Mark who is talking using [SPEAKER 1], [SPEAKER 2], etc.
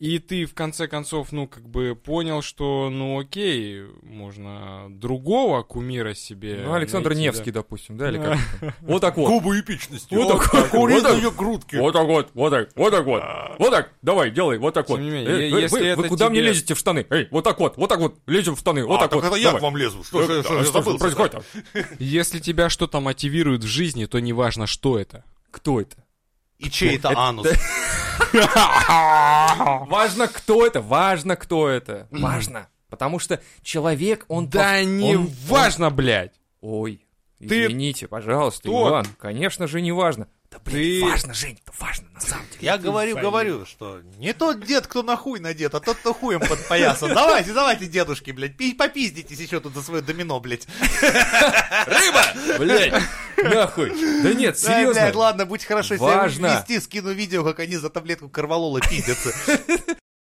[SPEAKER 1] И ты в конце концов, ну, как бы понял, что, ну, окей, можно другого кумира себе.
[SPEAKER 2] Ну, Александр
[SPEAKER 1] найти, Э, да.
[SPEAKER 2] Невский, допустим, да, или как это? Вот так вот.
[SPEAKER 3] Губы эпичности.
[SPEAKER 2] Вот такой, вот
[SPEAKER 3] Куриные
[SPEAKER 2] такой.
[SPEAKER 3] грудки.
[SPEAKER 2] Вот так вот, вот так, вот так вот. Вот так, давай, делай, вот так
[SPEAKER 1] Тем
[SPEAKER 2] вот.
[SPEAKER 1] не менее,
[SPEAKER 2] Эй,
[SPEAKER 1] е-
[SPEAKER 2] вы-
[SPEAKER 1] если
[SPEAKER 2] вы- Вы
[SPEAKER 1] это
[SPEAKER 2] куда мне
[SPEAKER 1] тебе-
[SPEAKER 2] лезете в штаны? Эй, вот так вот, вот так вот, лезем в штаны, вот
[SPEAKER 3] А,
[SPEAKER 2] так вот.
[SPEAKER 3] так это я к
[SPEAKER 2] давай.
[SPEAKER 3] вам лезу. Что
[SPEAKER 2] Да,
[SPEAKER 3] же
[SPEAKER 2] а
[SPEAKER 3] я
[SPEAKER 2] что
[SPEAKER 3] забыл?
[SPEAKER 2] происходит?
[SPEAKER 1] Если тебя что-то мотивирует в жизни, то неважно, что это.
[SPEAKER 2] Кто это?
[SPEAKER 3] И чей это анус?
[SPEAKER 2] Важно, кто это, важно, кто это. Важно. Потому что человек, он...
[SPEAKER 1] Да
[SPEAKER 2] пов-
[SPEAKER 1] не
[SPEAKER 2] он-
[SPEAKER 1] важно, блядь.
[SPEAKER 2] Ой,
[SPEAKER 1] Ты-
[SPEAKER 2] извините, пожалуйста,
[SPEAKER 1] Кто?
[SPEAKER 2] Иван. Конечно же, не важно. Да, блин,
[SPEAKER 1] Ты-
[SPEAKER 2] важно, Жень, это важно, на самом деле.
[SPEAKER 3] Я говорю, говорю, что не тот дед, кто на хуй надет, а тот, кто хуем подпоясан. Давайте, давайте, дедушки, блядь, пи- попиздитесь еще тут за свое домино, блядь.
[SPEAKER 2] Блядь, нахуй. Да нет,
[SPEAKER 3] Да,
[SPEAKER 2] серьезно.
[SPEAKER 3] блядь, ладно, будь хорошо, если
[SPEAKER 2] Важно.
[SPEAKER 3] я буду вести, скину видео, как они за таблетку корвалола пиздятся.